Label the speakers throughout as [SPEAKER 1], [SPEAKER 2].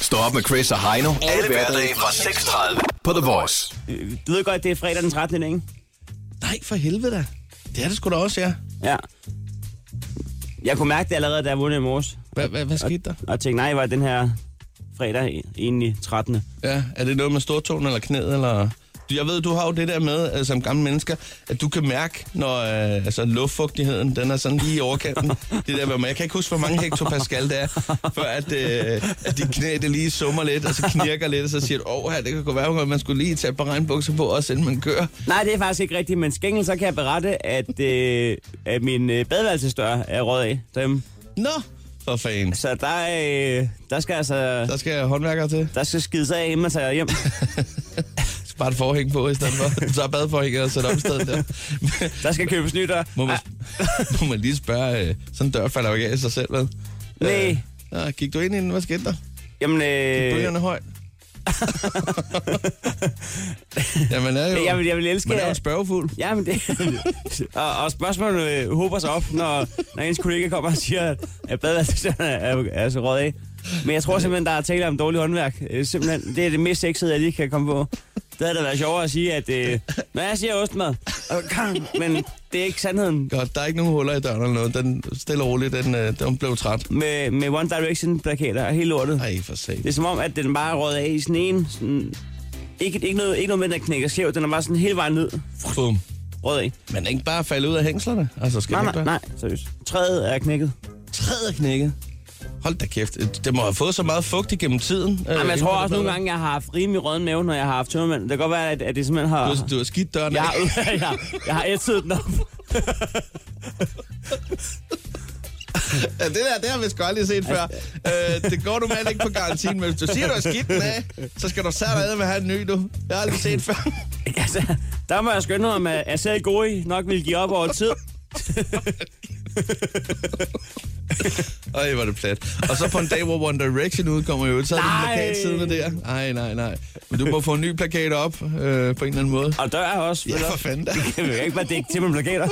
[SPEAKER 1] Stå op med Chris og Heino. Alle hverdage fra 6.30 på The Voice.
[SPEAKER 2] Øh, Du ved godt, det er fredag den 13. ikke?
[SPEAKER 3] Nej, for helvede da. Det er det sgu da også, ja.
[SPEAKER 2] Ja. Jeg kunne mærke det allerede, da jeg vågnede i morges.
[SPEAKER 3] Hvad, hvad, hvad skete der?
[SPEAKER 2] Og tænkte, nej, var den her fredag egentlig 13.
[SPEAKER 3] Ja, er det noget med stortåen eller knæet, eller... Du- Jeg ved, du har jo det der med, øh, som gamle mennesker, at du kan mærke, når øh, altså, luftfugtigheden den er sådan lige i overkanten. det der med, men jeg kan ikke huske, hvor mange hektopascal det er, før at, øh, at de knæ det lige summer lidt, og så knirker lidt, og så siger du, åh, her, det kan godt være, at man skulle lige tage et par regnbukser på, også inden man kører.
[SPEAKER 2] Nej, det er faktisk ikke rigtigt, men skængel, så kan jeg berette, at, øh, at min øh, badeværelsesdør er røget af derhjemme.
[SPEAKER 3] Nå, for fanden.
[SPEAKER 2] Så der, øh, der skal altså...
[SPEAKER 3] Der skal jeg håndværker til.
[SPEAKER 2] Der skal skide sig af, inden man tager hjem.
[SPEAKER 3] Skal Bare et forhæng på i stedet for. Så er badeforhænget og sætte op i stedet der.
[SPEAKER 2] Der skal købes nyt dør.
[SPEAKER 3] Må man,
[SPEAKER 2] Ah,
[SPEAKER 3] må man lige spørge, øh, sådan en dør falder jo ikke af i sig selv, hvad?
[SPEAKER 2] Nej.
[SPEAKER 3] Øh, ah, gik du ind i den? Hvad skete der?
[SPEAKER 2] Ah, Jamen,
[SPEAKER 3] Øh. Bølgerne
[SPEAKER 2] øh,
[SPEAKER 3] højt. ja, man er jo...
[SPEAKER 2] jeg, vil, jeg vil elske...
[SPEAKER 3] man er jo en spørgefugl.
[SPEAKER 2] Jamen, det, og, og spørgsmålet øh, håber sig op, når, når ens kollega kommer og siger, at- at badeværelsesdøren er, er, er så røget af. Men jeg tror simpelthen, der er tale om dårlig håndværk. Øh, simpelthen, det er det mest sexede, jeg lige kan komme på. Det havde da været sjovere at sige, at øh, når jeg siger ostmad, og, men det er ikke sandheden.
[SPEAKER 3] Godt, der er ikke nogen huller i døren eller noget. Den stille og roligt, den, øh, den blev træt.
[SPEAKER 2] Med, med One Direction-plakater og hele lortet.
[SPEAKER 3] Ej, for sat.
[SPEAKER 2] Det er som om, at den bare rød af i sådan en... Sådan, ikke, ikke, noget, ikke noget med, at den knækker skævt. Den er bare sådan hele vejen ned.
[SPEAKER 3] Bum.
[SPEAKER 2] Rød af.
[SPEAKER 3] Men ikke bare falde ud af hængslerne. Altså, skal
[SPEAKER 2] Nej,
[SPEAKER 3] det ikke
[SPEAKER 2] nej,
[SPEAKER 3] være-
[SPEAKER 2] nej. Seriøst. Træet er knækket.
[SPEAKER 3] Træet er knækket. Hold da kæft. Det må have fået så meget fugt igennem tiden. øh,
[SPEAKER 2] Jamen, jeg
[SPEAKER 3] inden
[SPEAKER 2] tror
[SPEAKER 3] for det
[SPEAKER 2] også nogle
[SPEAKER 3] bedre.
[SPEAKER 2] gange, jeg har haft rimelig rød mave, når jeg har haft tømmermænd. Det kan godt være, at, at det simpelthen har...
[SPEAKER 3] Du har, du har skidt døren
[SPEAKER 2] Jeg
[SPEAKER 3] af.
[SPEAKER 2] har, jeg, har, jeg har ætset den op.
[SPEAKER 3] Ja, det der, det har vi sgu aldrig set før. Øh, det går du med ikke på garantien, men hvis du siger, du har skidt den af, så skal du særlig med have en ny, du. Jeg har aldrig set før.
[SPEAKER 2] altså, der må jeg skynde om, at jeg selv gode nok vil give op over tid.
[SPEAKER 3] Ej, hvor er det plat. Og så på en dag, hvor One Direction udkommer jo, så er det en
[SPEAKER 2] Nej.
[SPEAKER 3] plakat siddende der. Nej, nej, nej. Men du må få en ny plakat op øh, på en eller anden måde.
[SPEAKER 2] Og dør er også.
[SPEAKER 3] Ja,
[SPEAKER 2] vel
[SPEAKER 3] for
[SPEAKER 2] også.
[SPEAKER 3] fanden da.
[SPEAKER 2] Jeg vil ikke bare dække til med plakater.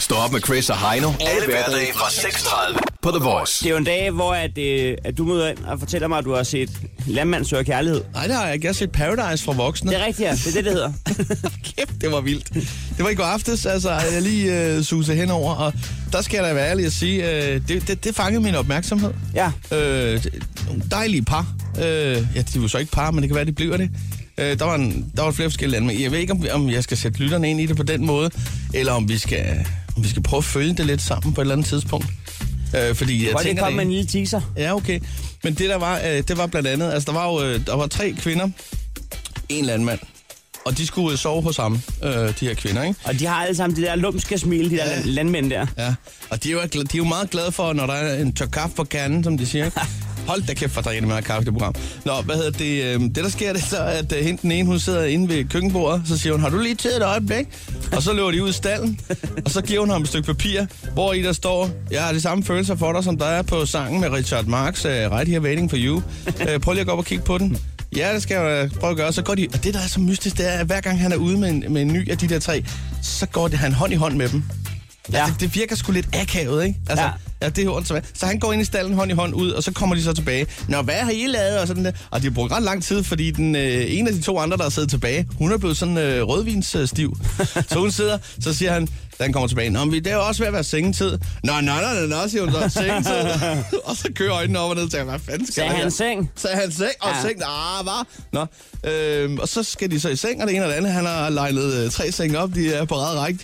[SPEAKER 1] Stå op med Chris og Heino. Alle hverdage fra 6.30 på The Voice.
[SPEAKER 2] Det er jo en dag, hvor at, øh, at du møder ind og fortæller mig, at du har set Landmand søger kærlighed.
[SPEAKER 3] Nej, det har jeg ikke. Jeg har set Paradise fra voksne.
[SPEAKER 2] Det er rigtigt, ja. Det er det, det hedder.
[SPEAKER 3] Kæft, det var vildt. Det var i går aftes, altså, at jeg lige øh, susede henover, og der skal jeg da være ærlig at sige, øh, det, det, det fangede min opmærksomhed.
[SPEAKER 2] Ja.
[SPEAKER 3] Øh, det- nogle dejlige par. Øh, ja, de var så ikke par, men det kan være, de bliver det. Øh, der, var en, der var flere forskellige lande, men jeg ved ikke, om, om jeg skal sætte lytterne ind i det på den måde, eller om vi skal, om vi skal prøve at følge det lidt sammen på et eller andet tidspunkt. Øh, fordi jeg
[SPEAKER 2] Hvor det
[SPEAKER 3] tænker,
[SPEAKER 2] kom med en lille teaser.
[SPEAKER 3] Ja, okay. Men det der var, øh, det var blandt andet, altså der var jo øh, der var tre kvinder, en landmand, og de skulle øh, sove hos ham, øh, de her kvinder, ikke?
[SPEAKER 2] Og de har alle sammen de der lumske smil, de der ja. landmænd der.
[SPEAKER 3] Ja, og de er, jo, gla- de er jo meget glade for, når der er en tør kaffe på kanden, som de siger. ikke? Hold da kæft, for der er rigtig meget kaffe i det program. Nå, hvad hedder det? øh, Det, der sker, det er så, at øh, hende den ene, hun sidder inde ved køkkenbordet, så siger hun, har du lige tid et øjeblik? Og så løber de ud i stallen, og så giver hun ham et stykke papir, hvor i der står, jeg har de samme følelser for dig, som der er på sangen med Richard Marx, uh, Right Here Waiting for You. Uh, prøv lige at gå op og kigge på den. Ja, det skal jeg øh, prøve at gøre. Så går de, og det, der er så mystisk, det er, at hver gang han er ude med en, med en ny af de der tre, så går det, han hånd i hånd med dem. Ja.
[SPEAKER 2] Ja.
[SPEAKER 3] Altså, det virker sgu lidt akavet, ikke? Altså, ja.
[SPEAKER 2] Ja.
[SPEAKER 3] ja det er åndssvagt. Så han går ind i stallen hånd i hånd ud, og så kommer de så tilbage. Nå, hvad har I lavet? Og, sådan der. og de har brugt ret lang tid, fordi den øh, en af de to andre, der har siddet tilbage, hun er blevet sådan øh, rødvinsstiv. så hun sidder, så siger han, da han kommer tilbage, Nå, men vi- det er jo også ved at være sengetid. Nå, nå, nå, nå, nå siger hun så, sengetid. og så kører øjnene op og ned og tænker, hvad fanden skal
[SPEAKER 2] Sagde
[SPEAKER 3] der
[SPEAKER 2] han
[SPEAKER 3] her?"
[SPEAKER 2] seng?
[SPEAKER 3] Sagde han seng, og ja.
[SPEAKER 2] Ja.
[SPEAKER 3] seng, ah, hvad? Nå, øhm, og så skal de så i seng, og det ene og det andet, han har legnet øh, tre senge op, de er på ræd række.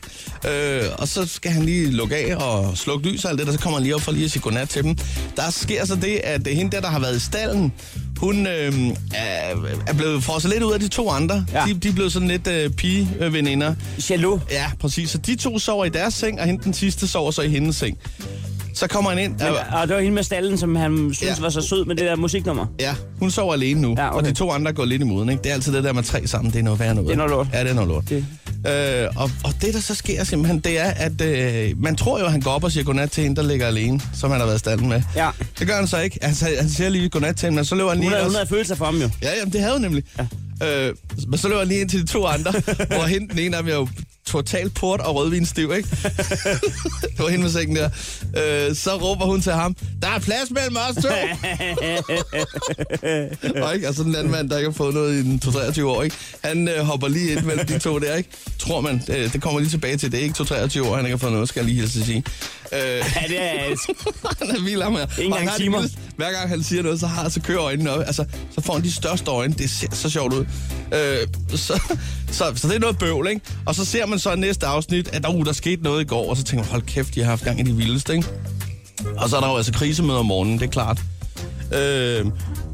[SPEAKER 3] Øh, og så skal han lige lukke af og slukke lys og alt det, der, så kommer han lige op for lige at sige godnat til dem. Der sker så det, at hende der, der har været i stallen, hun øh, er, er blevet frosset lidt ud af de to andre. Ja.
[SPEAKER 2] Ja.
[SPEAKER 3] De, de er blevet sådan lidt øh, pigeveninder.
[SPEAKER 2] Jaloux.
[SPEAKER 3] Ja, præcis. Så de to sover i deres seng, og hende den sidste sover så i hendes seng. Så kommer han ind.
[SPEAKER 2] Men, og det var hende med stallen, som han synes
[SPEAKER 3] Ja.
[SPEAKER 2] ja. var så sød med det der musiknummer.
[SPEAKER 3] Ja, hun sover alene nu, ja,
[SPEAKER 2] Ja,
[SPEAKER 3] okay.
[SPEAKER 2] okay.
[SPEAKER 3] og de to andre går lidt imod, ikke? Det er altid det der med tre sammen, det er noget værre noget.
[SPEAKER 2] Det er noget lort.
[SPEAKER 3] Ja, det er noget lort. Det. Øh, og, og det, der så sker simpelthen, det er, at øh, man tror jo, at han går op og siger godnat til hende, der ligger alene, som han har været i standen med.
[SPEAKER 2] Ja.
[SPEAKER 3] Det gør han så ikke. Altså, han siger lige godnat til hende, men så løber han lige...
[SPEAKER 2] Hun havde,
[SPEAKER 3] også-
[SPEAKER 2] hun havde følelser for ham jo.
[SPEAKER 3] Ja, jamen, det havde hun nemlig. Ja. Øh, men så løber jeg lige ind til de to andre, hvor hende den ene af dem er jo total port og rødvinstiv, ikke? det var hende med sengen der. Øh, så råber hun til ham, der er plads mellem os to! og, ikke? Altså, og sådan en landmand, der ikke har fået noget i den 23 år, ikke? han øh, hopper lige ind mellem de to der, ikke? tror man. Øh, det kommer lige tilbage til, det er ikke 23 år, han ikke har fået noget, skal jeg lige hilse at sige. Øh,
[SPEAKER 2] Ja, det er et
[SPEAKER 3] han er vild ham her.
[SPEAKER 2] Ikke engang
[SPEAKER 3] Og han har de
[SPEAKER 2] timer.
[SPEAKER 3] vildeste- Hver gang han siger noget, så, har, så kører øjnene op. Altså, så får han de største øjne. Det ser så sjovt ud. Øh, så, så, så det er noget bøvl, ikke? Og så ser man så i næste afsnit, at uh, der skete noget i går, og så tænker man, hold kæft, de har haft gang i de vildeste, ikke? Og så er der jo altså krisemøder om morgenen, det er klart. Øh,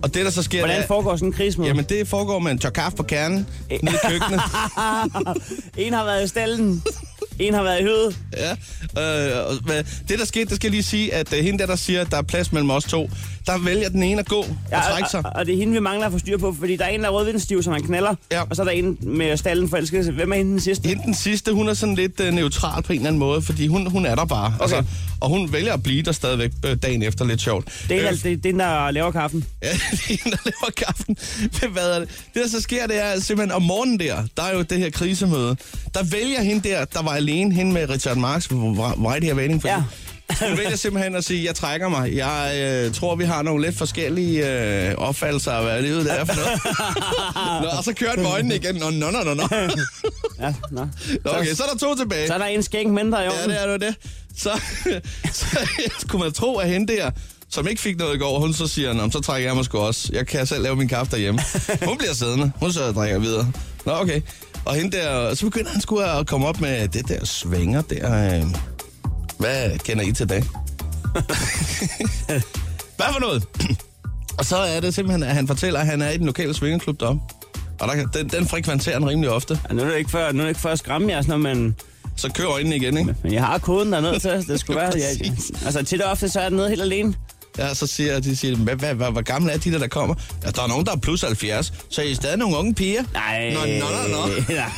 [SPEAKER 3] og det, der så sker... det
[SPEAKER 2] Hvordan
[SPEAKER 3] er-
[SPEAKER 2] foregår sådan en krigsmål?
[SPEAKER 3] Jamen, det foregår med en tør kaffe på kernen, nede i køkkenet.
[SPEAKER 2] En har været i stallen, en har været i hødet.
[SPEAKER 3] Ja, øh, og hvad, det der skete, det skal jeg lige sige, at øh, hende der, der siger, at der er plads mellem os to, der vælger den ene at gå og
[SPEAKER 2] Ja, øh,
[SPEAKER 3] trække sig.
[SPEAKER 2] og, og, det er hende, vi mangler at få styr på, fordi der er en, der er rødvindstiv, som han knaller,
[SPEAKER 3] Ja.
[SPEAKER 2] og så er der en med stallen forelsket. Så Hvem er hende den sidste?
[SPEAKER 3] Hende den sidste, hun er sådan lidt øh, neutral på en eller anden måde, fordi hun, hun er der bare. Altså,
[SPEAKER 2] Okay.
[SPEAKER 3] og hun vælger at blive der stadigvæk øh, dagen efter, lidt sjovt.
[SPEAKER 2] Det er,
[SPEAKER 3] Øh,
[SPEAKER 2] øh. det, det er den, der laver kaffen.
[SPEAKER 3] Ja, det er en, der laver kaffen. Men hvad er det? Det, der så sker, det er simpelthen om morgenen der, der er jo det her krisemøde. Der vælger hende der, der var alene, hende med Richard Marx, Right Here Waiting for
[SPEAKER 2] Ja.
[SPEAKER 3] ja. Hun vælger simpelthen at sige, jeg trækker mig. Jeg øh, tror, vi har nogle lidt forskellige øh, opfattelser af, hvad livet er for noget. Nå, og så kører den med øjnene igen. Nå, nå, nå, nå, nå.
[SPEAKER 2] Ja, nå.
[SPEAKER 3] Nå, Okay, så er der to tilbage.
[SPEAKER 2] Så er der en skænk mindre i
[SPEAKER 3] Ja,
[SPEAKER 2] ovnen.
[SPEAKER 3] det er det jo det. Så, så kunne man tro, at hende der, som ikke fik noget i går, hun så siger, Nå, men så trækker jeg mig sgu også. Jeg kan selv lave min kaffe derhjemme. Hun bliver siddende. Hun så drikker videre. Nå, okay. Og hende der, så begynder han sgu at komme op med det der svinger der. øh. Hvad kender I til det? Hvad for noget? Og så er det simpelthen, at han fortæller, at han er i den lokale svingeklub deroppe. Og der, kan- den, den frekventerer han rimelig ofte.
[SPEAKER 2] Ja, nu er det ikke for, nu er det ikke for at skræmme jer, sådan, noget, men,
[SPEAKER 3] Så kører øjnene igen, ikke?
[SPEAKER 2] men jeg har koden dernede til, det skulle være. Jeg,
[SPEAKER 3] Præcis.
[SPEAKER 2] altså tit og ofte, så er jeg nede helt alene.
[SPEAKER 3] Ja, så siger de, siger, hvad, hvad, hvad, hvor gamle er de der, der kommer? Ja, der er nogen, der er plus 70, så er I stadig nogle unge piger?
[SPEAKER 2] Nej.
[SPEAKER 3] Nå, nå, nå, nå.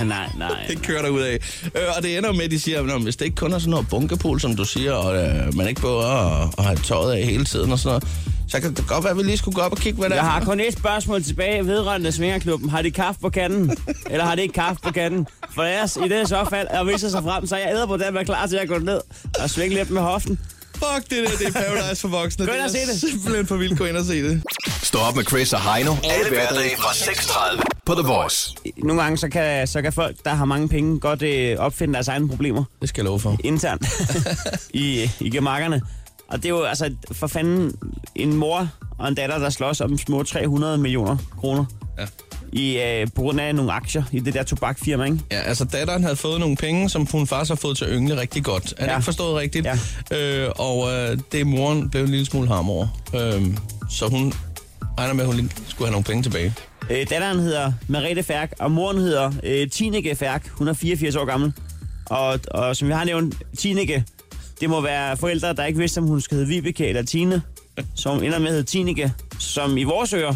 [SPEAKER 2] nej, nej, nej.
[SPEAKER 3] Det kører der ud af. Øh, og det ender med, at de siger, "Nå, men hvis det ikke kun er sådan noget bunkepol, som du siger, og øh, man ikke behøver at, at have tøjet af hele tiden og sådan noget, så kan det godt være, at vi lige skulle gå op og kigge, hvad der
[SPEAKER 2] Jeg
[SPEAKER 3] er.
[SPEAKER 2] har kun et spørgsmål tilbage vedrørende svingerklubben. Har de kaffe på kanden? Eller har de ikke kaffe på kanden? For ellers, i det så fald, og viser sig frem, så er jeg æder på den, er klar til at gå ned og svinge lidt med hoften.
[SPEAKER 3] Fuck, det der, det er Paradise for voksne.
[SPEAKER 2] Gå ind og
[SPEAKER 3] det er
[SPEAKER 2] se det.
[SPEAKER 3] simpelthen for vildt. Gå ind og se det.
[SPEAKER 1] Stå op med Chris og Heino. Alle hverdage fra 6.30 på The Voice.
[SPEAKER 2] Nogle gange, så kan, så kan folk, der har mange penge, godt øh, opfinde deres egne problemer
[SPEAKER 3] Det skal jeg love for.
[SPEAKER 2] internt i, i gemakkerne. Og det er jo altså for fanden en mor og en datter, der slås om små 300 millioner kroner
[SPEAKER 3] Ja.
[SPEAKER 2] i, øh, på grund af nogle aktier i det der tobakfirma, ikke?
[SPEAKER 3] Ja, altså datteren havde fået nogle penge, som hun faktisk har fået til at yngle rigtig godt. Er det
[SPEAKER 2] Ja.
[SPEAKER 3] ikke forstået rigtigt? Ja. Øh, og øh, det er moren blev en lille smule harm over. Øh, så hun regner med, at hun lige skulle have nogle penge tilbage.
[SPEAKER 2] Øh, datteren hedder Merete Færk, og moren hedder øh, Tineke Færk. Hun er 84 år gammel. Og, og som vi har nævnt, Tineke, det må være forældre, der ikke vidste, om hun skal hedde Vibeke eller Tine, som ender med at hedde Tineke, som i vores ører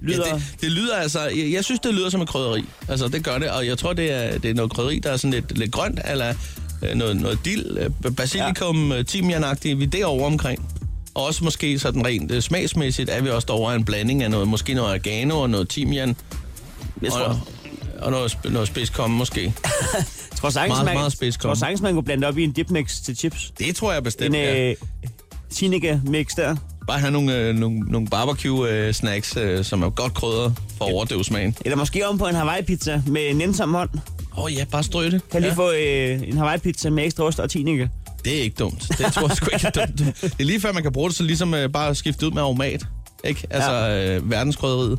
[SPEAKER 2] lyder...
[SPEAKER 3] Ja, det, det lyder altså... Jeg, jeg synes, det lyder som et krydderi. Altså, det gør det. Og jeg tror, det er, det er noget krydderi, der er sådan lidt, lidt grønt, eller øh, noget, noget dild, øh, basilikum, ja. timianagtigt. Vi er derovre omkring. Og også måske sådan rent øh, smagsmæssigt er vi også derovre en blanding af noget, måske noget oregano og noget timian.
[SPEAKER 2] jeg tror,
[SPEAKER 3] Og, og noget, sp- noget spidskomme måske.
[SPEAKER 2] jeg tror sagtens,
[SPEAKER 3] meget,
[SPEAKER 2] man,
[SPEAKER 3] meget spids
[SPEAKER 2] tror
[SPEAKER 3] kom.
[SPEAKER 2] sagtens, man kunne blande det op i en dipmix til chips.
[SPEAKER 3] Det tror jeg
[SPEAKER 2] En
[SPEAKER 3] bestemt, ja.
[SPEAKER 2] øh, Tineke-mix der.
[SPEAKER 3] Bare have nogle, øh, nogle, nogle barbecue-snacks, øh, som er godt krydret for at overdøve smagen.
[SPEAKER 2] Eller måske om på en Hawaii-pizza med en nænsom hånd.
[SPEAKER 3] Åh oh, ja, bare strø det.
[SPEAKER 2] Kan jeg
[SPEAKER 3] ja.
[SPEAKER 2] lige få øh, en Hawaii-pizza med ekstra ost og Tineke?
[SPEAKER 3] Det er ikke dumt. Det tror jeg sgu ikke er dumt. Det er lige før, man kan bruge det, så ligesom øh, bare skifte ud med aromat. Ikke? Altså, ja. øh, verdenskrydderiet.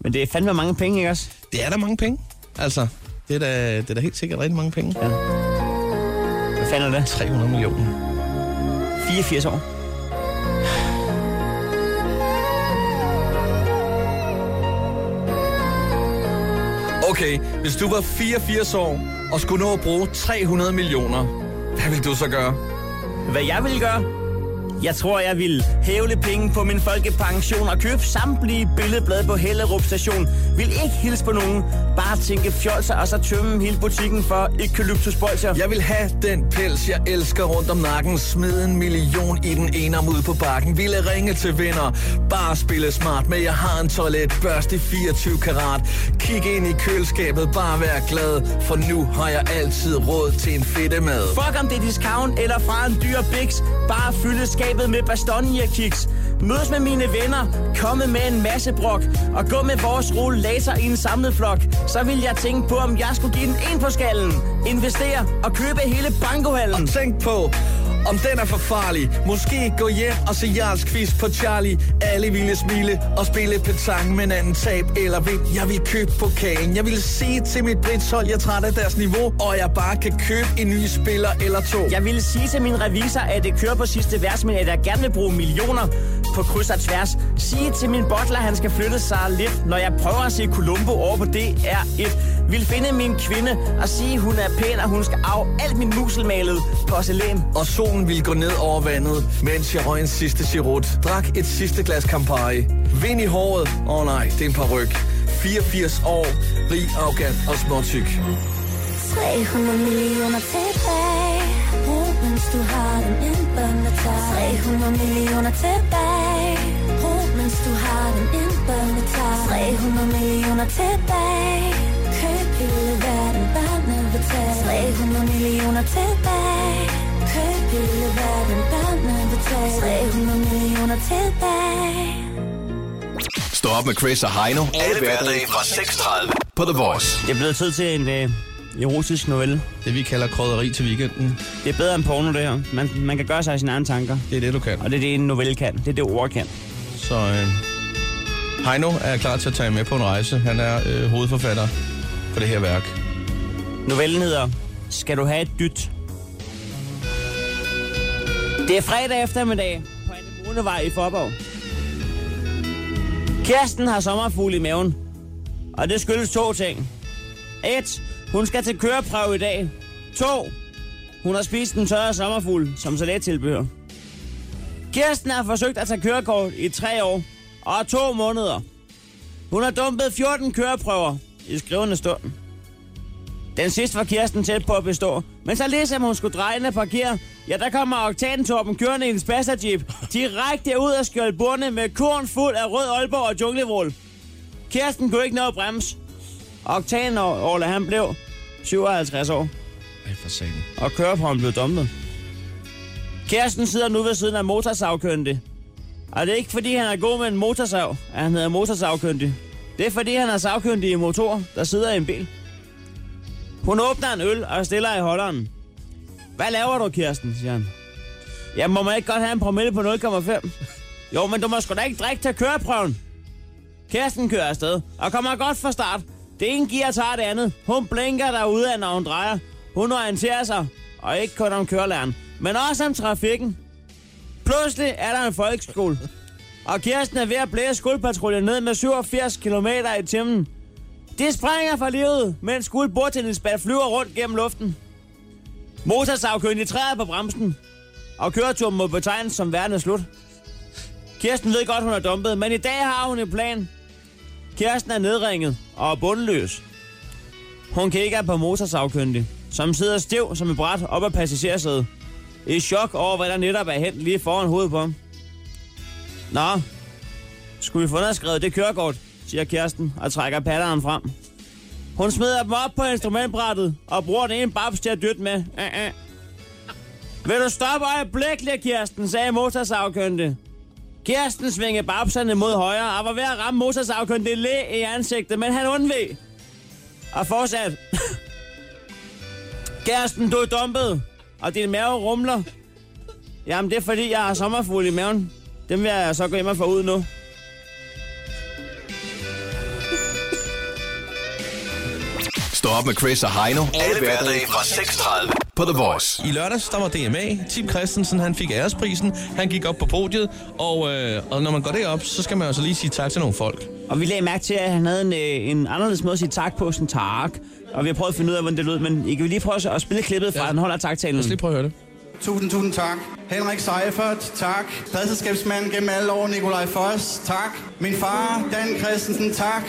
[SPEAKER 2] Men det er fandme mange penge, ikke også?
[SPEAKER 3] Det er da mange penge. Altså, det er da, det er da helt sikkert rigtig mange penge.
[SPEAKER 2] Hvad fanden er det?
[SPEAKER 3] 300 millioner.
[SPEAKER 2] 84 år.
[SPEAKER 4] Okay, hvis du var 84 år og skulle nå at bruge 300 millioner, hvad ville du så gøre?
[SPEAKER 2] Hvad jeg ville gøre? Jeg tror, jeg vil hæve lidt penge på min folkepension og købe samtlige billedblade på Hellerup station. Vil ikke hilse på nogen, bare tænke fjolser og så tømme hele butikken for eukalyptusbolser.
[SPEAKER 4] Jeg vil have den pels, jeg elsker rundt om nakken. Smid en million i den ene arm ud på bakken. Ville ringe til venner, bare spille smart. Men jeg har en toiletbørste i 24 karat. Kig ind i køleskabet, bare vær glad. For nu har jeg altid råd til en fedtemad.
[SPEAKER 2] Fuck om det er discount eller fra en dyr bix. Bare fylde skabet med bastonierkiks. Mødes med mine venner, komme med en masse brok. Og gå med vores rollator i en samlet flok. Så vil jeg tænke på, om jeg skulle give den en på skallen. Investere og købe hele bankohallen.
[SPEAKER 4] Og tænk på, om den er for farlig. Måske gå hjem og se Jarls quiz på Charlie. Alle ville smile og spille petang, men anden tab eller vind. Jeg vil købe pokalen. Jeg vil sige til mit britshold, jeg er træt af deres niveau, og jeg bare kan købe en ny spiller eller to.
[SPEAKER 2] Jeg ville sige til min revisor, at det kører på sidste vers, men at jeg gerne vil bruge millioner på kryds og tværs. Sige til min bottler, han skal flytte sig lidt, når jeg prøver at se Columbo over på DR1. Vil finde min kvinde og sige, hun er pæn, og hun skal af alt min muselmalede porcelæn.
[SPEAKER 4] Og solen ville gå ned over vandet, mens jeg røg en sidste chirut. Drak et sidste glas Campari. Vind i håret. Åh oh, nej, det er en par ryg. 84 år, rig, arrogant og småtyk.
[SPEAKER 5] 300 millioner tilbage Brug mens du har dem indbundet dig 300 millioner tilbage Brug mens du har dem indbundet dig 300 millioner tilbage Køb hele verden, barnet vil tage 300 millioner tilbage Køb hele verden, barnet vil tage 300 millioner tilbage
[SPEAKER 1] Stå op med Chris og Heino. Alle hverdage fra 6.30 på The Voice.
[SPEAKER 2] Det er blevet tid til en øh, erotisk novelle.
[SPEAKER 3] Det vi kalder krydderi til weekenden,
[SPEAKER 2] Det er bedre end porno, det her. Man, man kan gøre sig sine egne tanker.
[SPEAKER 3] det er det, du kan.
[SPEAKER 2] Og det er det, en novelle kan. Det er det, ord kan.
[SPEAKER 3] Så øh, Heino er klar til at tage jer med på en rejse. Han er øh, hovedforfatter på det her værk.
[SPEAKER 2] Novellen hedder Skal du have et dyt? Det er fredag eftermiddag på Anemonevej i Forborg. Kirsten har sommerfugl i maven. Og det skyldes to ting. Et, hun skal til køreprøve i dag. To, hun har spist en tørre sommerfugl som salattilbehør. Kirsten har forsøgt at tage kørekort i tre år og to måneder. Hun har dumpet 14 køreprøver i skrivende stund. Den sidste var Kirsten tæt på at bestå. Men så ligesom hun skulle dreje ind og parkere, ja, der kommer oktantorpen kørende i en Jeep direkte ud af skjoldbordene med korn fuld af rød Aalborg og junglevrål. Kirsten kunne ikke nå at bremse. Oktan Orla, han blev 57 år,
[SPEAKER 3] Ej, for satan.
[SPEAKER 2] og køreprøven blev dumpet. Kirsten sidder nu ved siden af motorsavkøndig. Og det er ikke fordi, han er god med en motorsav, at han hedder motorsavkyndig. Det er fordi, han er savkyndig i motor, der sidder i en bil. Hun åbner en øl og stiller i holderen. Hvad laver du, Kirsten, siger han. Ja, må man ikke godt have en promille på 0,5? Jo, men du må sgu da ikke drikke til køreprøven. Kirsten kører afsted og kommer godt fra start. Det ene gear tager det andet. Hun blinker derude, når hun drejer. Hun orienterer sig, og ikke kun om kørelæren, men også om trafikken. Pludselig er der en folkeskole. Og Kirsten er ved at blæse skuldpatruljen ned med 87 km i timen. Det springer for livet, mens skuld bordtennisbat flyver rundt gennem luften. Motorsavkøndig træder på bremsen, og køreturen må betegnes som værende slut. Kirsten ved godt, hun er dumpet, men i dag har hun en plan. Kirsten er nedringet og er bundløs. Hun kigger på motorsavkyndig, som sidder stiv som et bræt op ad passagersædet. I chok over, hvad der netop er hent lige foran hovedet på ham. Nå, skulle vi få underskrevet det kørekort, siger Kirsten og trækker patteren frem. Hun smider dem op på instrumentbrættet og bruger den ene babs til at dytte med. Uh, uh. Vil du stoppe øjeblikkeligt, Kirsten, sagde motorsavkyndig. Kirsten svingede babserne mod højre og var ved at ramme motorsavkyndig læ i ansigtet, men han undveg. Og fortsat. Kirsten, du er dumpet, og din mave rumler. Jamen, det er fordi, jeg har sommerfugl i maven. Dem vil jeg så gå hjem og få ud nu.
[SPEAKER 1] Stå op med Chris og Heino. Alle hverdage fra 6.30 på The Voice.
[SPEAKER 3] I lørdags, der var DMA. Tim Christensen, han fik æresprisen. Han gik op på podiet. Og, øh, og når man går derop, så skal man jo så lige sige tak til nogle folk.
[SPEAKER 2] Og vi lagde mærke til, at han havde en, øh, en anderledes måde at sige tak på, sådan tak. Og vi har prøvet at finde ud af, hvordan det lød, men I kan lige prøve at spille klippet fra, ja. han holder taktalen.
[SPEAKER 3] Lad os lige prøve at høre det.
[SPEAKER 6] Tusind, tusind tak. Henrik Seifert, tak. Pladselskabsmand gennem alle år, Nikolaj Foss, tak. Min far, Dan Christensen, tak.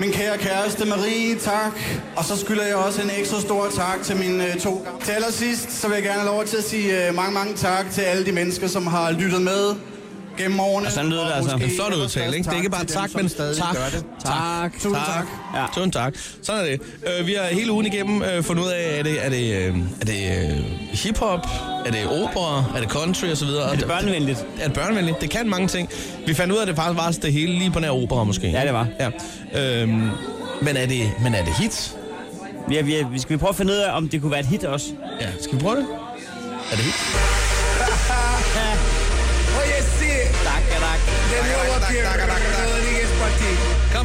[SPEAKER 6] Min kære kæreste Marie, tak. Og så skylder jeg også en ekstra stor tak til mine øh, to gamle. Til allersidst, så vil jeg gerne have lov til at sige øh, mange, mange tak til alle de mennesker, som har lyttet med gennem årene.
[SPEAKER 2] Og sådan lyder det altså.
[SPEAKER 6] måske
[SPEAKER 3] Så er det udtalt, ikke? Det er ikke bare
[SPEAKER 6] til dem,
[SPEAKER 3] tak,
[SPEAKER 6] som
[SPEAKER 3] men
[SPEAKER 6] stadig
[SPEAKER 3] tak.
[SPEAKER 6] gør det.
[SPEAKER 2] Tak.
[SPEAKER 6] Tusind tak.
[SPEAKER 2] Ja.
[SPEAKER 3] Ja. Tusind tak. Sådan er det. Øh, vi har hele ugen igennem øh, fundet ud af, er det, er det, øh, er det øh, hiphop, er det opera, er det country osv. Er
[SPEAKER 2] det børnevenligt?
[SPEAKER 3] Er det børnevenligt? Det kan mange ting. Vi fandt ud af, at det faktisk var det hele lige på nær opera måske.
[SPEAKER 2] Ja, det var.
[SPEAKER 3] Ja. Øhm, men, er det, men er det hits?
[SPEAKER 2] Ja, vi, vi skal vi prøve at finde ud af, om det kunne være et hit også.
[SPEAKER 3] Ja. Skal vi prøve det? Er det hits?
[SPEAKER 7] Oye, sí.
[SPEAKER 2] Tak, ja, tak.
[SPEAKER 7] De nuevo aquí, Rodríguez Martín.
[SPEAKER 3] Kom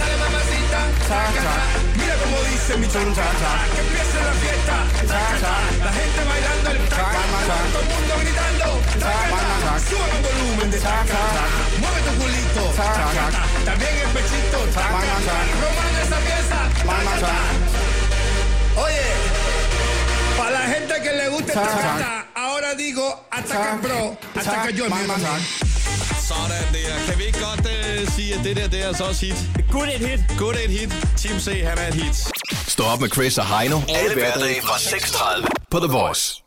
[SPEAKER 7] Dale mamacita, tacatá. Mira cómo dice mi tacatá. Que empiece la fiesta. Tacatá. La gente bailando el tacatá. Todo el mundo gritando. Tacatá. Sube el volumen de tacatá. Mueve tu culito. Tacatá. También el pechito. Tacatá. Romana esa pieza. Tacatá. Oye. Para la gente que le gusta esta fiesta, ahora digo ataca bro, ataca yo, mi hermano.
[SPEAKER 3] Sådan der. Kan vi ikke godt øh, sige, at det der, det er altså også hit?
[SPEAKER 2] Kun et hit.
[SPEAKER 3] Godt et hit. Team C, han er et hit.
[SPEAKER 1] Stå op med Chris og Heino. Alle hverdage fra 6.30 på The Voice.